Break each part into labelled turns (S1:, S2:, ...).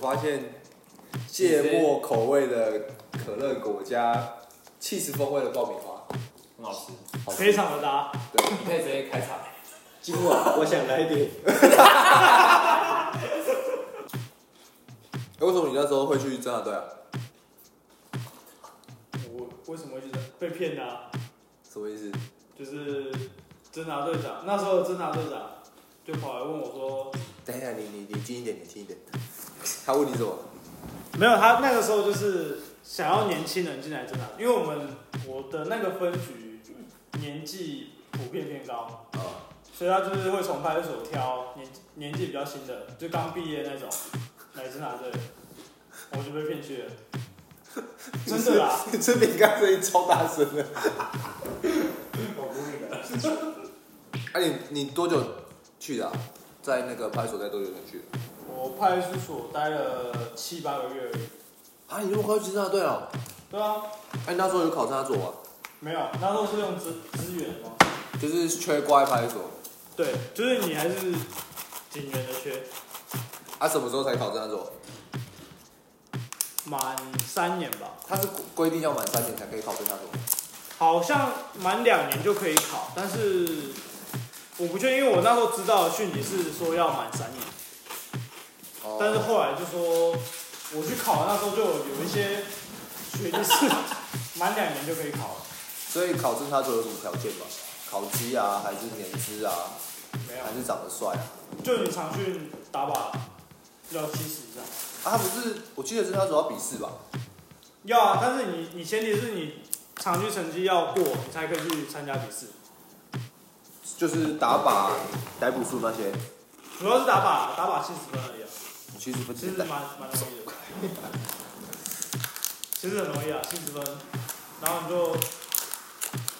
S1: 发现芥末口味的可乐果加气势风味的爆米花，
S2: 很好吃，
S3: 非常的搭，
S2: 你可以直接开 场。
S4: 今晚我想来点，
S1: 欸为什么你那时候会去侦查队啊？
S3: 我为什么会觉得被骗的、啊？
S1: 什么意思？
S3: 就是侦察队长，那时候的侦察队长就跑来问我说，
S1: 等一下，你你你近一点，你近一点。他问你什么？
S3: 没有，他那个时候就是想要年轻人进来侦察，因为我们我的那个分局年纪普遍偏高，
S1: 啊，
S3: 所以他就是会从派出所挑年年纪比较轻的，就刚毕业那种来侦察队，我就被骗去了，真的啦，
S1: 你吃饼干声音超大声的。
S4: 我不会的。
S1: 哎、你你多久去的、啊？在那个派出所待多久才去的？
S3: 我派出所待了七八个月而已，
S1: 啊，你那么快去侦查队哦了？
S3: 对啊，
S1: 哎、你那时候有考侦查所吗？
S3: 没有，那时候是用资资源吗？
S1: 就是缺挂在派出所。
S3: 对，就是你还是警员的缺，
S1: 啊，什么时候才考侦查所？
S3: 满三年吧，
S1: 他是规定要满三年才可以考侦查所。
S3: 好像满两年就可以考，但是我不确定，因为我那时候知道的讯息是说要满三年，
S1: 哦
S3: 但是后来就说我去考的那时候就有一些学弟是满两年就可以考 了，
S1: 所以考侦查所有什么条件吗？考级啊，还是年资啊，
S3: 没
S1: 还
S3: 有，
S1: 是长得帅啊？
S3: 就你常训打靶要七十以上，
S1: 啊，他不是，我记得侦查所要笔试吧？
S3: 要啊，但是你你前提是你常去成绩要过，你才可以去参加比试。
S1: 就是打靶、逮捕数那些，
S3: 主要是打靶，打靶七十分而已、啊，
S1: 其实不
S3: 其
S1: 简
S3: 实蛮
S1: 单。
S3: 蛮容易的，其实很容易啊，七十分，然后你就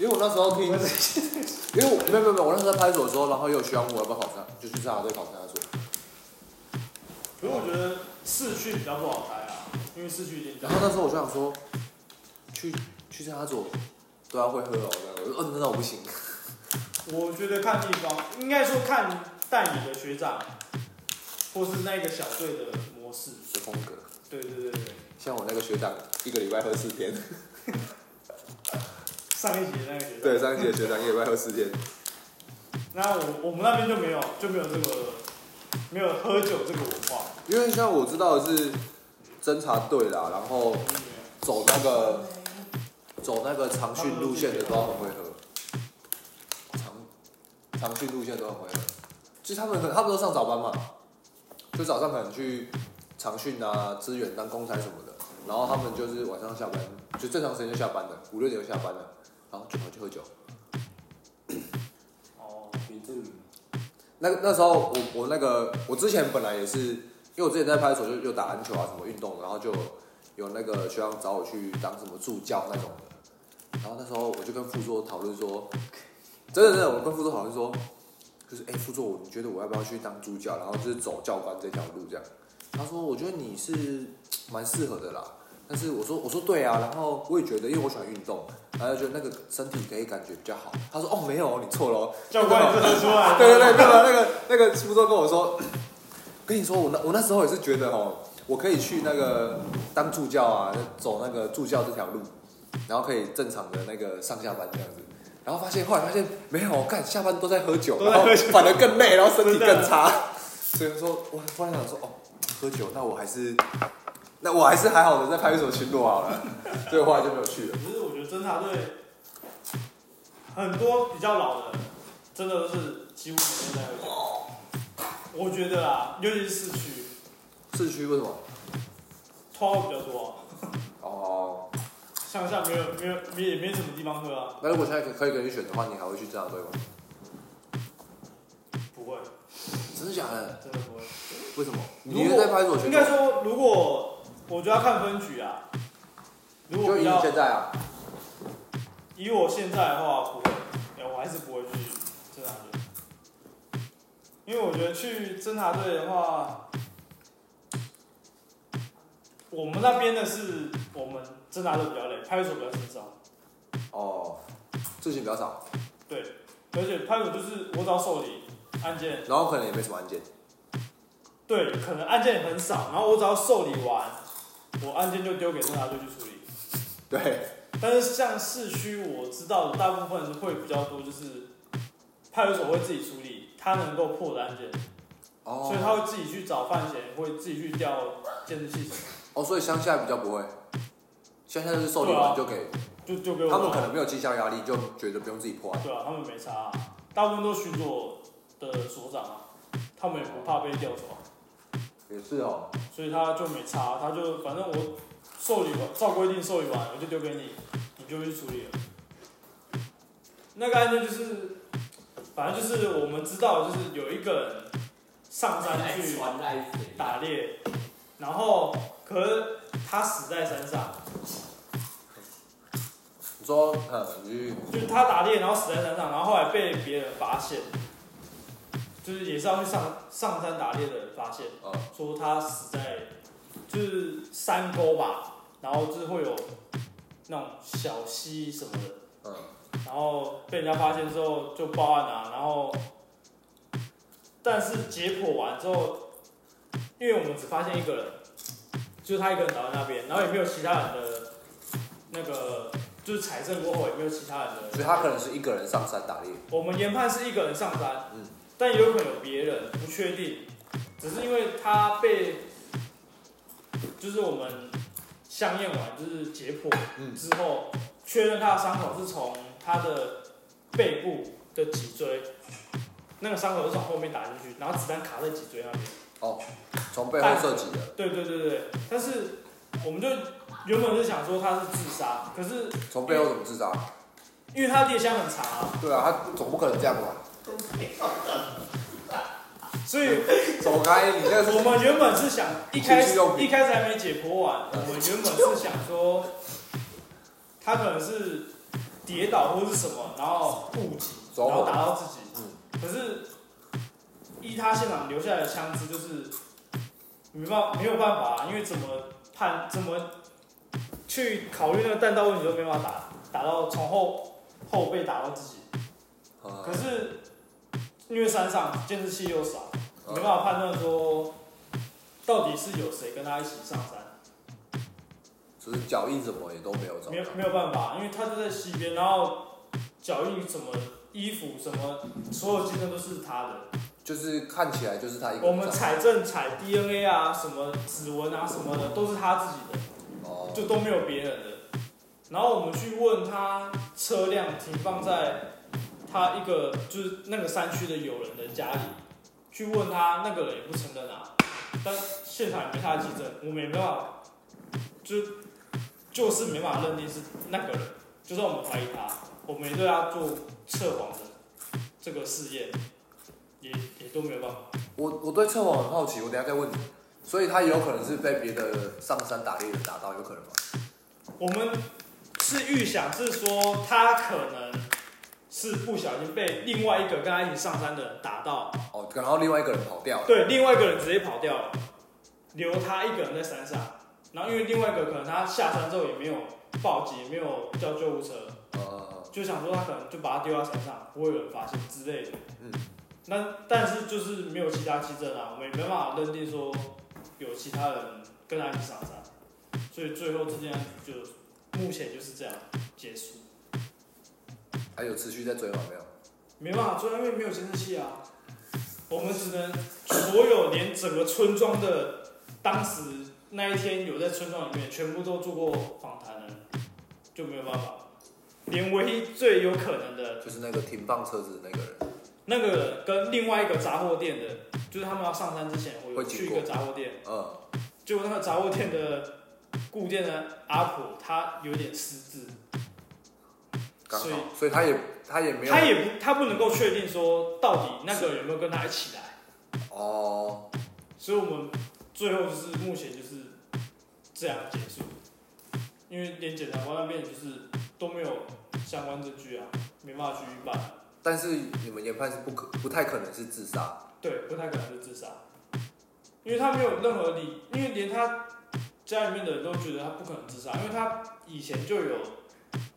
S1: 因为我那时候听， 因为我没有没有没有，我那时候在派出所的时候，然后也有学长问我要不要考上，就去侦查队考侦查所。
S3: 可是我觉得市区比较不好待啊，因为市区一定比较
S1: 然后那时候我就想说，去去侦查所都要会喝哦，这样我说，嗯，那我不行。
S3: 我觉得看地方，应该说看带你的学长，或是那个小队的模式。
S1: 的风格，
S3: 对对对对，
S1: 像我那个学长，一个礼拜喝四天。
S3: 上一集的那个学长。
S1: 对，上一届的学长一个礼拜喝四天。
S3: 那我我们那边就没有就没有这个没有喝酒这个文化。
S1: 因为像我知道的是侦察队啦，然后走那个走那个长训路线的都要很会喝，长长训路线都很会喝，就他们可他们都上早班嘛，就早上可能去长训啊、支援当公差什么的，然后他们就是晚上下班，就正常时间就下班了，五六点就下班了，然后就跑去喝酒。
S3: 哦，
S4: 林志明，
S1: 那那时候我我那个我之前本来也是，因为我之前在派出所就有打篮球啊什么运动，然后就有那个学长找我去当什么助教那种的，然后那时候我就跟副座讨论说，真的真的我跟副座讨论说，就是哎、副座，我你觉得我要不要去当助教，然后就是走教官这条路这样？他说我觉得你是蛮适合的啦，但是我说我说对啊，然后我也觉得因为我喜欢运动，然后就觉得那个身体可以感觉比较好。他说哦没有哦，你错了哦，
S3: 教官也是喝出 来的。
S1: 对对对，那个那个那个苏州跟我说， 跟你说，我那我那时候也是觉得哦，我可以去那个当助教啊，走那个助教这条路，然后可以正常的那个上下班这样子。然后发现，后来发现没有，干下班都在喝酒，
S3: 都
S1: 然
S3: 在
S1: 后
S3: 喝酒
S1: 反而更累，然后身体
S3: 真的
S1: 更差。所以说，我突然想说，哦，喝酒，那我还是，那我还是还好的，在派出所巡逻好了。所以我后来就没有去了。
S3: 可是我觉得侦察队很多比较老的，真的都是几乎每天在喝酒。我觉得啊，尤其是市区，
S1: 市区为什么？
S3: 拖比较多啊、
S1: 哦，
S3: 乡下没有没有没也没什么地方喝啊。
S1: 那如果现在可可以给你选的话，你还会去这样对吗？
S3: 不会，
S1: 真的假的？
S3: 真的不会。
S1: 为什么？
S3: 如果
S1: 你是在派出所学
S3: 应
S1: 的
S3: 该说，如果我就要看分局啊。如果
S1: 就以
S3: 比
S1: 你
S3: 较
S1: 现在啊，
S3: 以我现在的话，不会，哎、我还是不会去侦察队，因为我觉得去侦察队的话，我们那边的是我们侦察队比较累，派出所比较轻松，
S1: 哦，事情比较少，
S3: 对，而且派出所就是我只要受理案件，
S1: 然后可能也没什么案件，
S3: 对，可能案件很少，然后我只要受理完，我案件就丢给侦查队去处理。
S1: 对，
S3: 但是像市区我知道的大部分会比较多，就是派出所会自己处理他能够破的案件，
S1: 哦，
S3: 所以他会自己去找犯嫌，会自己去调监视器什么，
S1: 哦，所以乡下比较不会，乡下就是受理
S3: 对啊
S1: 完就给，
S3: 就就给我
S1: 他
S3: 们。
S1: 们可能没有绩效压力，就觉得不用自己破案。
S3: 对啊，他们没差、啊，大部分都巡佐的所长啊，他们也不怕被调走啊、
S1: 也是哦，
S3: 所以他就没差，他就反正我受理完，照规定受理完，我就丢给你，你就去处理了。那个案件就是，反正就是我们知道，就是有一个人上山去
S2: 传在水
S3: 打猎，然后可是他死在山上，
S1: 你说，嗯，你去
S3: 就是他打猎然后死在山上，然后后来被别人发现，就是也是要去上上山打猎的人发现，
S1: 呃，
S3: 说他死在就是山沟吧，然后就是会有那种小溪什么的，
S1: 嗯，
S3: 然后被人家发现之后就报案啊，然后但是解剖完之后，因为我们只发现一个人，就是他一个人倒在那边，然后也没有其他人的那个就是采证过后也没有其他人的，
S1: 所以他可能是一个人上山打猎，
S3: 我们研判是一个人上山，
S1: 嗯
S3: 但也有可能有别人，不确定。只是因为他被，就是我们相验完，就是解剖
S1: 嗯
S3: 之后，确认他的伤口是从他的背部的脊椎，那个伤口是从后面打进去，然后子弹卡在脊椎那边。
S1: 哦从背后射击的，
S3: 对对对对，但是我们就原本是想说他是自杀，可是
S1: 从背后怎么自杀？
S3: 因为他猎枪很长啊，
S1: 对啊，他总不可能这样 吧？
S3: 所以
S1: 走开，你这个
S3: 我
S1: 是
S3: 们原本是想一开
S1: 情
S3: 始
S1: 趣用品
S3: 一开始还没解剖完，我们原本是想说，他可能是跌倒或是什么，然后误击，
S1: 走
S3: 然后打
S1: 火，嗯
S3: 到自己。可是依他现场留下来的枪支，就是没办没有办法、因为怎么判怎么去考虑那个弹道问题都没办法打，打到从后后背打到自己。
S1: 嗯
S3: 可是因为山上监视器又少。没
S1: 嗯，
S3: 办法判断说到底是有谁跟他一起上山，
S1: 只是脚印什么也都没有找
S3: 没有
S1: 到，
S3: 没有办法，因为他就在西边，然后脚印什么衣服什么，所有技能都是他的。
S1: 就是看起来就是他一个
S3: 我
S1: 人
S3: 们
S1: 上山。
S3: 采证、采 DNA 啊，什么指纹啊什么的，都是他自己的，
S1: 哦，
S3: 就都没有别人的。然后我们去问他车辆停放在他一个就是那个山区的友人的家里，去问他那个人也不承认啊，但现场也没他的记证，我们也没办法，就就是没办法认定是那个人，就算我们怀疑他，我们也对他做测谎的这个试验，也也都没有办法。
S1: 我我对测谎很好奇，我等一下再问你。所以他有可能是被别的上山打猎的打到，有可能吗？
S3: 我们是预想是说他可能是不小心被另外一个跟他一起上山的人打到，
S1: 哦，然后另外一个人跑掉了。
S3: 对，另外一个人直接跑掉了，留他一个人在山上。然后因为另外一个可能他下山之后也没有报警，也没有叫救护车，
S1: 呃，
S3: 就想说他可能就把他丢到山上，不会有人发现之类的。
S1: 嗯，
S3: 那但是就是没有其他基证啊，我们也没办法认定说有其他人跟他一起上山，所以最后这件案子就目前就是这样结束，
S1: 还有持续在追吗？没有。
S3: 没办法追，因为没有监视器啊，我们只能所有连整个村庄的当时那一天有在村庄里面全部都做过访谈的人，就没有办法，连唯一最有可能的
S1: 就是那个停放车子的那个人，
S3: 那个人跟另外一个杂货店的，就是他们要上山之前，我有
S1: 会经
S3: 去一
S1: 过
S3: 个杂货店。
S1: 嗯，
S3: 结果那个杂货店的顾店的阿婆，她有点失智，
S1: 刚好
S3: 所以，
S1: 所以他也他也没有，
S3: 她也不她不能够确定说到底那个人有没有跟她一起来，
S1: 哦，
S3: 所以我们最后就是目前就是这样结束，因为连检察官那边也就是都没有相关证据啊，没办法去预办，
S1: 但是你们研判是不可不太可能是自杀，
S3: 对，不太可能是自杀，因为他没有任何理，因为连他家里面的人都觉得他不可能自杀，因为他以前就有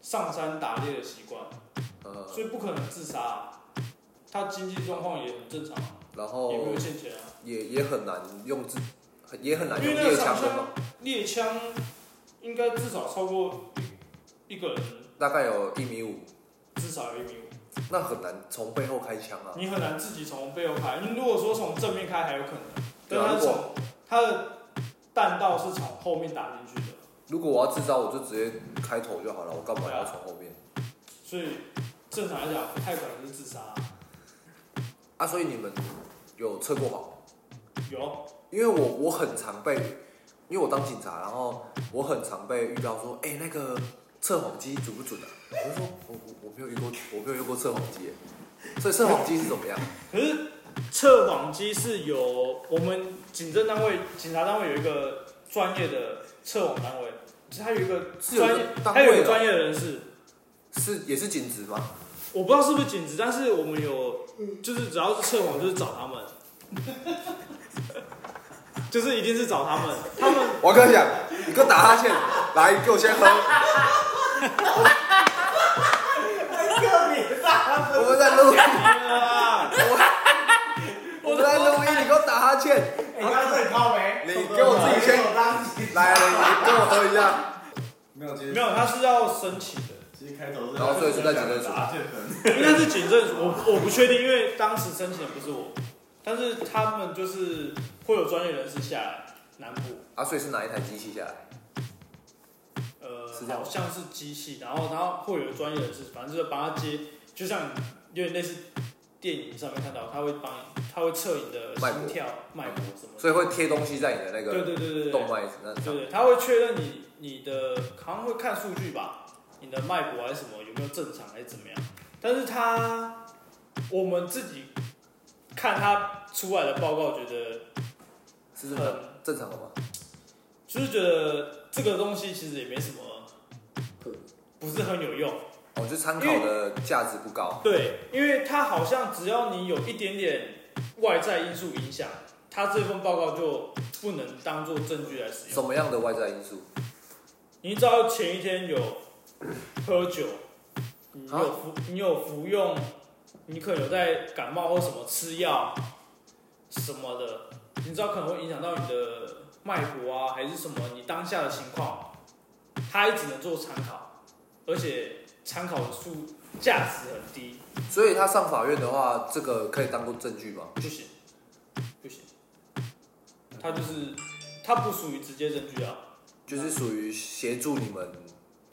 S3: 上山打猎的习惯。
S1: 呃，
S3: 所以不可能自杀啊、他经济状况也很正常啊、
S1: 然后
S3: 也没有见解啊。
S1: 也也很难用自，很也很难
S3: 因
S1: 用
S3: 为那
S1: 猎
S3: 个长
S1: 枪的
S3: 枪
S1: 嘛，
S3: 猎枪应该至少超过一个人，
S1: 大概有一米五，
S3: 至少有一米五，
S1: 那很难从背后开枪啊。
S3: 你很难自己从背后开。你如果说从正面开还有可能，
S1: 对
S3: 但
S1: 啊，
S3: 它
S1: 如
S3: 从
S1: 果
S3: 它的弹道是从后面打进去的，
S1: 如果我要自招，我就直接开头就好了，我干嘛要从后面？
S3: 所以正常来讲不太可能是自杀啊、
S1: 啊，所以你们有测过好？
S3: 有，
S1: 因为我我很常被，因为我当警察，然后我很常被遇到说，哎、那个测谎机准不准啊？我就说我我我没有遇过，我没有用过测谎机耶，所以测谎机是怎么样？
S3: 可是测谎机是有我们警政单位、警察单位有一个专业的测谎单位，就是它有一个
S1: 是有
S3: 专业
S1: 个，单
S3: 它有一
S1: 位啊
S3: 个
S1: 的，
S3: 专业的人士。
S1: 是也是警职吗？
S3: 我不知道是不是警职，但是我们有，就是只要是测谎，就是找他们， 就是一定是找他们。他们
S1: 我跟你讲，你给我打哈欠，来给我先喝，我们在录音，
S3: 啊，
S1: 我们在录音，你给我打哈欠，
S4: 你刚刚在靠没？
S1: 你给我自己先
S4: 先
S1: 来，来你给我喝一下，
S4: 没有，其
S3: 没有，他是要申请的，
S4: 其实开头是
S1: 然后所以是在警政署
S4: 打就可能
S3: 应该是警政署，我我不确定，因为当时申请的不是我，但是他们就是会有专业人士下来南部，
S1: 啊，所以是哪一台机器下来？
S3: 呃
S1: 是，这样
S3: 好
S1: 吗
S3: 像是机器，然后然后会有专业人士，反正就是帮他接，就像有点类似电影上面看到，他会帮你，他会测你的
S1: 脉搏
S3: 心跳、脉搏什么的。
S1: 所以会贴东西在你的那
S3: 对
S1: 个
S3: 对对对对，
S1: 动脉那
S3: 对
S1: 上，
S3: 对，他会确认你你的好像会看数据吧，你的脉搏还是什么有没有正常还是怎么样？但是他我们自己看他出来的报告，觉得
S1: 是正常
S3: 很
S1: 正常的吗？
S3: 就是觉得这个东西其实也没什么
S4: 可，
S3: 不是很有用。
S1: 哦，就参考的价值不高。
S3: 对，因为它好像只要你有一点点外在因素影响，它这份报告就不能当做证据来使
S1: 什
S3: 用。
S1: 么样的外在因素？
S3: 你只要前一天有喝酒，你有
S1: 啊
S3: 服你有服用，你可能有在感冒或什么吃药什么的，你知道可能会影响到你的脉搏啊，还是什么你当下的情况，它也只能做参考，而且参考的数价值很低，
S1: 所以他上法院的话，这个可以当做证据吗？
S3: 不行，不行，它就是它不属于直接证据啊，
S1: 就是属于协助你们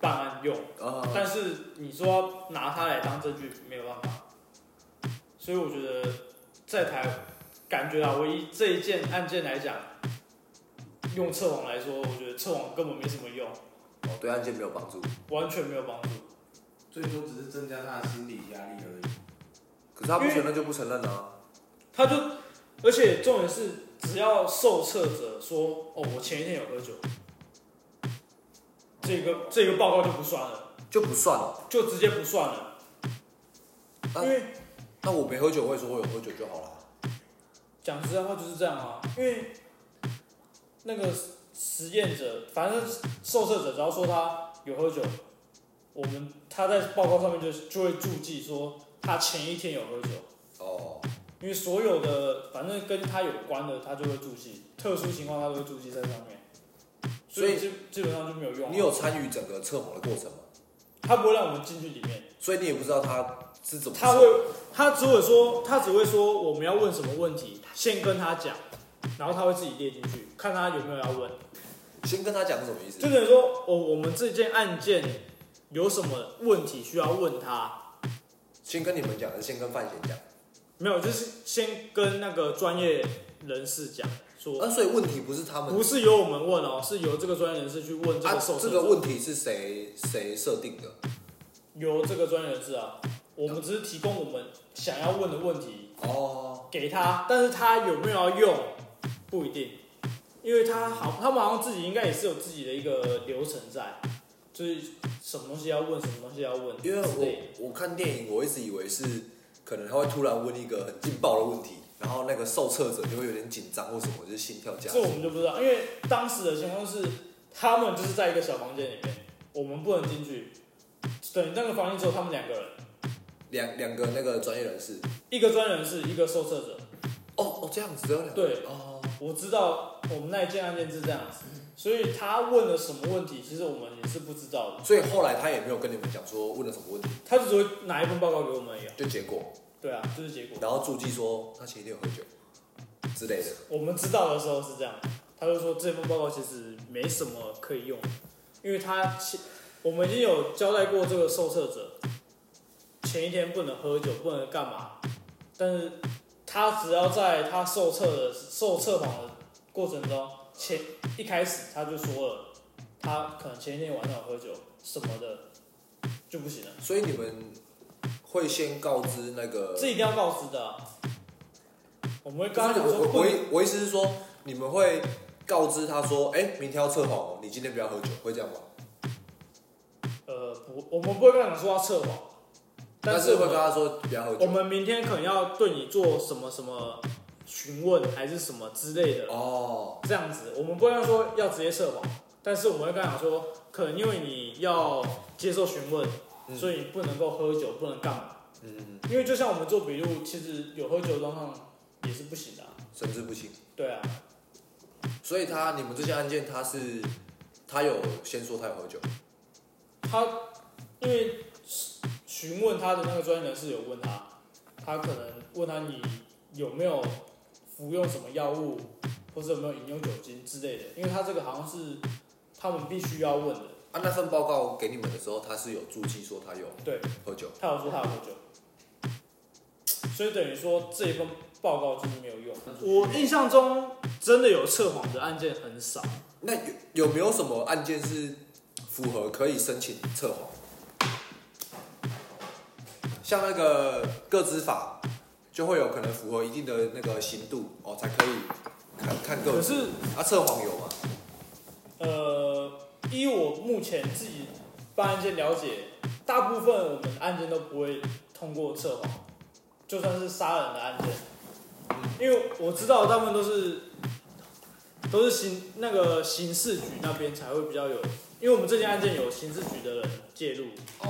S3: 办案用。
S1: 啊，
S3: 哦但是你说拿它来当证据没有办法，所以我觉得在台感觉啊，唯一这一件案件来讲，用测谎来说，我觉得测谎根本没什么用，
S1: 哦对案件没有帮助。
S3: 完全没有帮助。
S4: 最多只是增加他的心理压力而已。
S1: 可是他不承认就不承认啊。
S3: 他就，而且重点是，只要受测者说哦，我前一天有喝酒，这个这个报告就不算了，
S1: 就不算了。
S3: 就直接不算了，
S1: 啊
S3: 因为。
S1: 那我没喝酒，我也说我有喝酒就好了。啊
S3: 讲实在话就是这样啊，因为那个实验者，反正受测者只要说他有喝酒，我们他在报告上面就就会注记说他前一天有喝酒，
S1: 哦，
S3: 因为所有的反正跟他有关的他就会注记，特殊情况他都会注记在上面，所以
S1: 所
S3: 基基本上就没有用啊、
S1: 你有参与整个测谎的过程吗？
S3: 他不会让我们进去里面，
S1: 所以你也不知道他是怎么测。
S3: 他会他只会说他只会说我们要问什么问题，先跟他讲，然后他会自己列进去，看他有没有要问。
S1: 先跟他讲是什么意思
S3: 就？等于说，我我们这件案件有什么问题需要问他？
S1: 先跟你们讲，还是先跟范闲讲？
S3: 没有，就是先跟那个专业人士讲，说
S1: 啊，所以问题不是他们
S3: 呃不是由我们问哦，是由这个专业人士去问这
S1: 啊
S3: 个受，
S1: 这
S3: 测
S1: 个
S3: 者，
S1: 问题是谁谁设定的？
S3: 由这个专业人士啊，我们只是提供我们想要问的问题
S1: 哦，
S3: 给他，但是他有没有要用不一定，因为他好，他们好像自己应该也是有自己的一个流程在，就是什么东西要问，什么东西要问之
S1: 因
S3: 类
S1: 为
S3: 的，
S1: 我我看电影，我一直以为是可能他会突然问一个很劲爆的问题，然后那个受测者就会有点紧张或什么，就是心跳加速
S3: 这我。们就不知道，因为当时的情况是，他们就是在一个小房间里面，我们不能进去。等那个房间只有他们两个人，
S1: 两两个那个专业人士，
S3: 一个专业人士，一个受测者，
S1: 哦哦，这样子只有两个
S3: 对
S1: 哦，
S3: 我知道我们那一件案件是这样子，所以他问了什么问题，其实我们也是不知道的。
S1: 所以后来他也没有跟你们讲说问了什么问题，
S3: 他就只会拿一份报告给我们而已、啊。
S1: 就结果，
S3: 对啊，就是结果。
S1: 然后注记说他前一天有喝酒之类的。
S3: 我们知道的时候是这样，他就说这份报告其实没什么可以用，因为他前我们已经有交代过这个受测者，前一天不能喝酒，不能干嘛，但是他只要在他受测的受测访的过程中，前一开始他就说了，他可能前一天晚上有喝酒什么的就不行了，
S1: 所以你们会先告知那个，
S3: 这一定要告知的啊、我们会
S1: 不
S3: 跟
S1: 是
S3: 他讲
S1: 我
S3: 说
S1: 我
S3: 不
S1: 我
S3: 能
S1: 意我意思是说，你们会告知他说，哎、明天要测谎哦，你今天不要喝酒，会这样吗？
S3: 呃，不，我们不会跟他讲说要撤网，
S1: 但
S3: 是
S1: 是
S3: 我
S1: 会
S3: 们
S1: 跟他说不要喝
S3: 我
S1: 酒。
S3: 们明天可能要对你做什么什么询问还是什么之类的，
S1: 哦，
S3: 这样子，我们不会跟他说要直接撤网，但是我们会跟他讲说，可能因为你要接受询问，
S1: 嗯
S3: 所以你不能够喝酒，不能干嘛，
S1: 嗯，
S3: 因为就像我们做笔录，其实有喝酒的状况也是不行的啊、
S1: 神志不清。
S3: 对啊，
S1: 所以他你们这些案件，他是他有先说他有喝酒，
S3: 他因为询问他的那个专业人士有问他，他可能问他你有没有服用什么药物，或者有没有饮用酒精之类的，因为他这个好像是他们必须要问的。
S1: 啊，那份报告给你们的时候，他是有注记说他有
S3: 对，
S1: 喝酒。
S3: 他有说他有喝酒，所以等于说这一份报告就是没有用。我印象中真的有测谎的案件很少，
S1: 那有有没有什么案件是符合可以申请测谎？像那个个资法，就会有可能符合一定的那个刑度哦，才可以看看个
S3: 可
S1: 资。
S3: 是
S1: 啊，测谎有吗？
S3: 呃，依我目前自己办案件了解，大部分我们案件都不会通过测谎，就算是杀人的案件，因为我知道大部分都是都是刑那个刑事局那边才会比较有，因为我们这件案件有刑事局的人介入，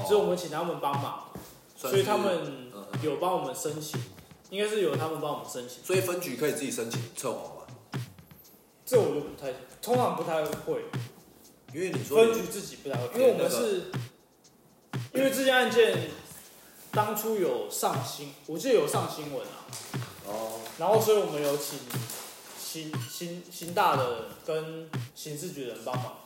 S3: 所以我们请他们帮忙，
S1: 哦算
S3: 所以他
S1: 是
S3: 们
S1: 嗯
S3: 有帮我们申请，应该是有他们帮我们申请，
S1: 所以分局可以自己申请测谎吗？
S3: 这我就不太通常不太会。
S1: 因为你说
S3: 分
S1: 你
S3: 局自己不太会，因为我们是，因为这件案件当初有上新，我记得有上新闻啊，
S1: 哦，
S3: 然后所以我们有请刑刑刑大的跟刑事局的人帮忙，